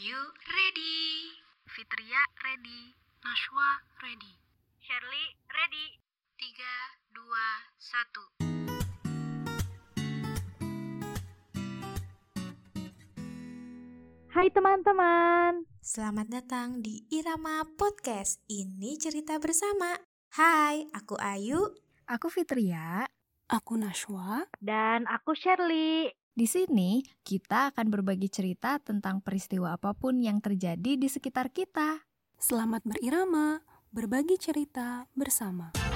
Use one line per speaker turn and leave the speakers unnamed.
you ready?
Fitria ready, Nashwa ready.
Shirley ready. 3, 2, 1.
Hai teman-teman.
Selamat datang di Irama Podcast. Ini cerita bersama. Hai, aku Ayu.
Aku Fitria.
Aku Nashwa.
Dan aku Shirley.
Di sini kita akan berbagi cerita tentang peristiwa apapun yang terjadi di sekitar kita.
Selamat berirama, berbagi cerita bersama.